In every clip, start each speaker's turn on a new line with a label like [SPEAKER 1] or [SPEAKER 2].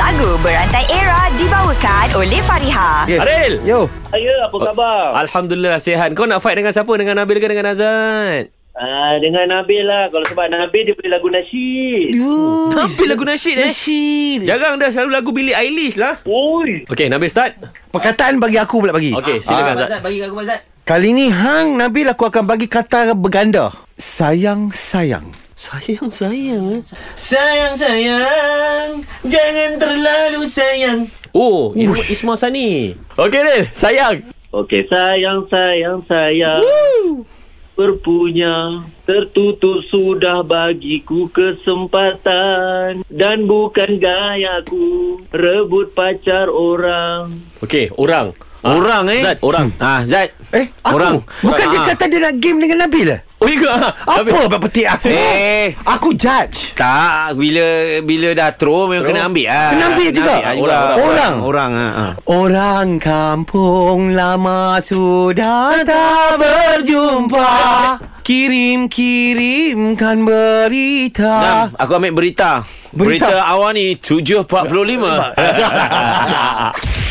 [SPEAKER 1] Lagu Berantai Era dibawakan oleh Fariha.
[SPEAKER 2] Okay.
[SPEAKER 3] Adil!
[SPEAKER 2] Yo.
[SPEAKER 4] Saya apa khabar?
[SPEAKER 3] Eh, Alhamdulillah lah sihat. Kau nak fight dengan siapa? Dengan Nabil ke dengan Azad?
[SPEAKER 4] Ah, dengan Nabil lah. Kalau sebab Nabil dia boleh lagu nasyid.
[SPEAKER 3] Nabil lagu nasyid eh. Jarang dah selalu lagu Billie Eilish lah.
[SPEAKER 4] Oi.
[SPEAKER 3] Okay, Nabil start.
[SPEAKER 2] Perkataan bagi aku pula bagi. Ah,
[SPEAKER 3] Okay, silakan Azad.
[SPEAKER 5] Bagi aku Mazat.
[SPEAKER 2] Kali ni hang Nabil aku akan bagi kata berganda. Sayang sayang.
[SPEAKER 3] Sayang, sayang.
[SPEAKER 5] Sayang sayang, jangan terlalu sayang.
[SPEAKER 3] Oh, itu Ismail Sani. Okay, Adil. Sayang.
[SPEAKER 4] Okey, sayang, sayang, sayang. Berpunya tertutup sudah bagiku kesempatan dan bukan gayaku rebut pacar orang.
[SPEAKER 3] Okay, orang. Ah,
[SPEAKER 5] Orang eh.
[SPEAKER 3] Zat, orang.
[SPEAKER 5] Ah, Zat.
[SPEAKER 2] Eh, aku.
[SPEAKER 5] Orang.
[SPEAKER 2] Bukan
[SPEAKER 5] Orang,
[SPEAKER 2] dia
[SPEAKER 5] ah.
[SPEAKER 2] kata dia nak game dengan Nabil eh?
[SPEAKER 3] Oh, juga. ah. Nabil.
[SPEAKER 2] Apa apa petik aku?
[SPEAKER 5] Eh.
[SPEAKER 2] Aku judge.
[SPEAKER 5] Tak, bila bila dah throw memang kena ambil ah.
[SPEAKER 2] Kena ambil juga?
[SPEAKER 5] ah,
[SPEAKER 3] Orang,
[SPEAKER 2] orang.
[SPEAKER 5] Orang ah. ah.
[SPEAKER 2] Orang kampung lama sudah tak berjumpa. Kirim-kirimkan berita.
[SPEAKER 5] Nam, aku ambil berita.
[SPEAKER 2] Berita.
[SPEAKER 5] Berita, awal ni 7.45.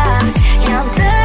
[SPEAKER 6] yang ter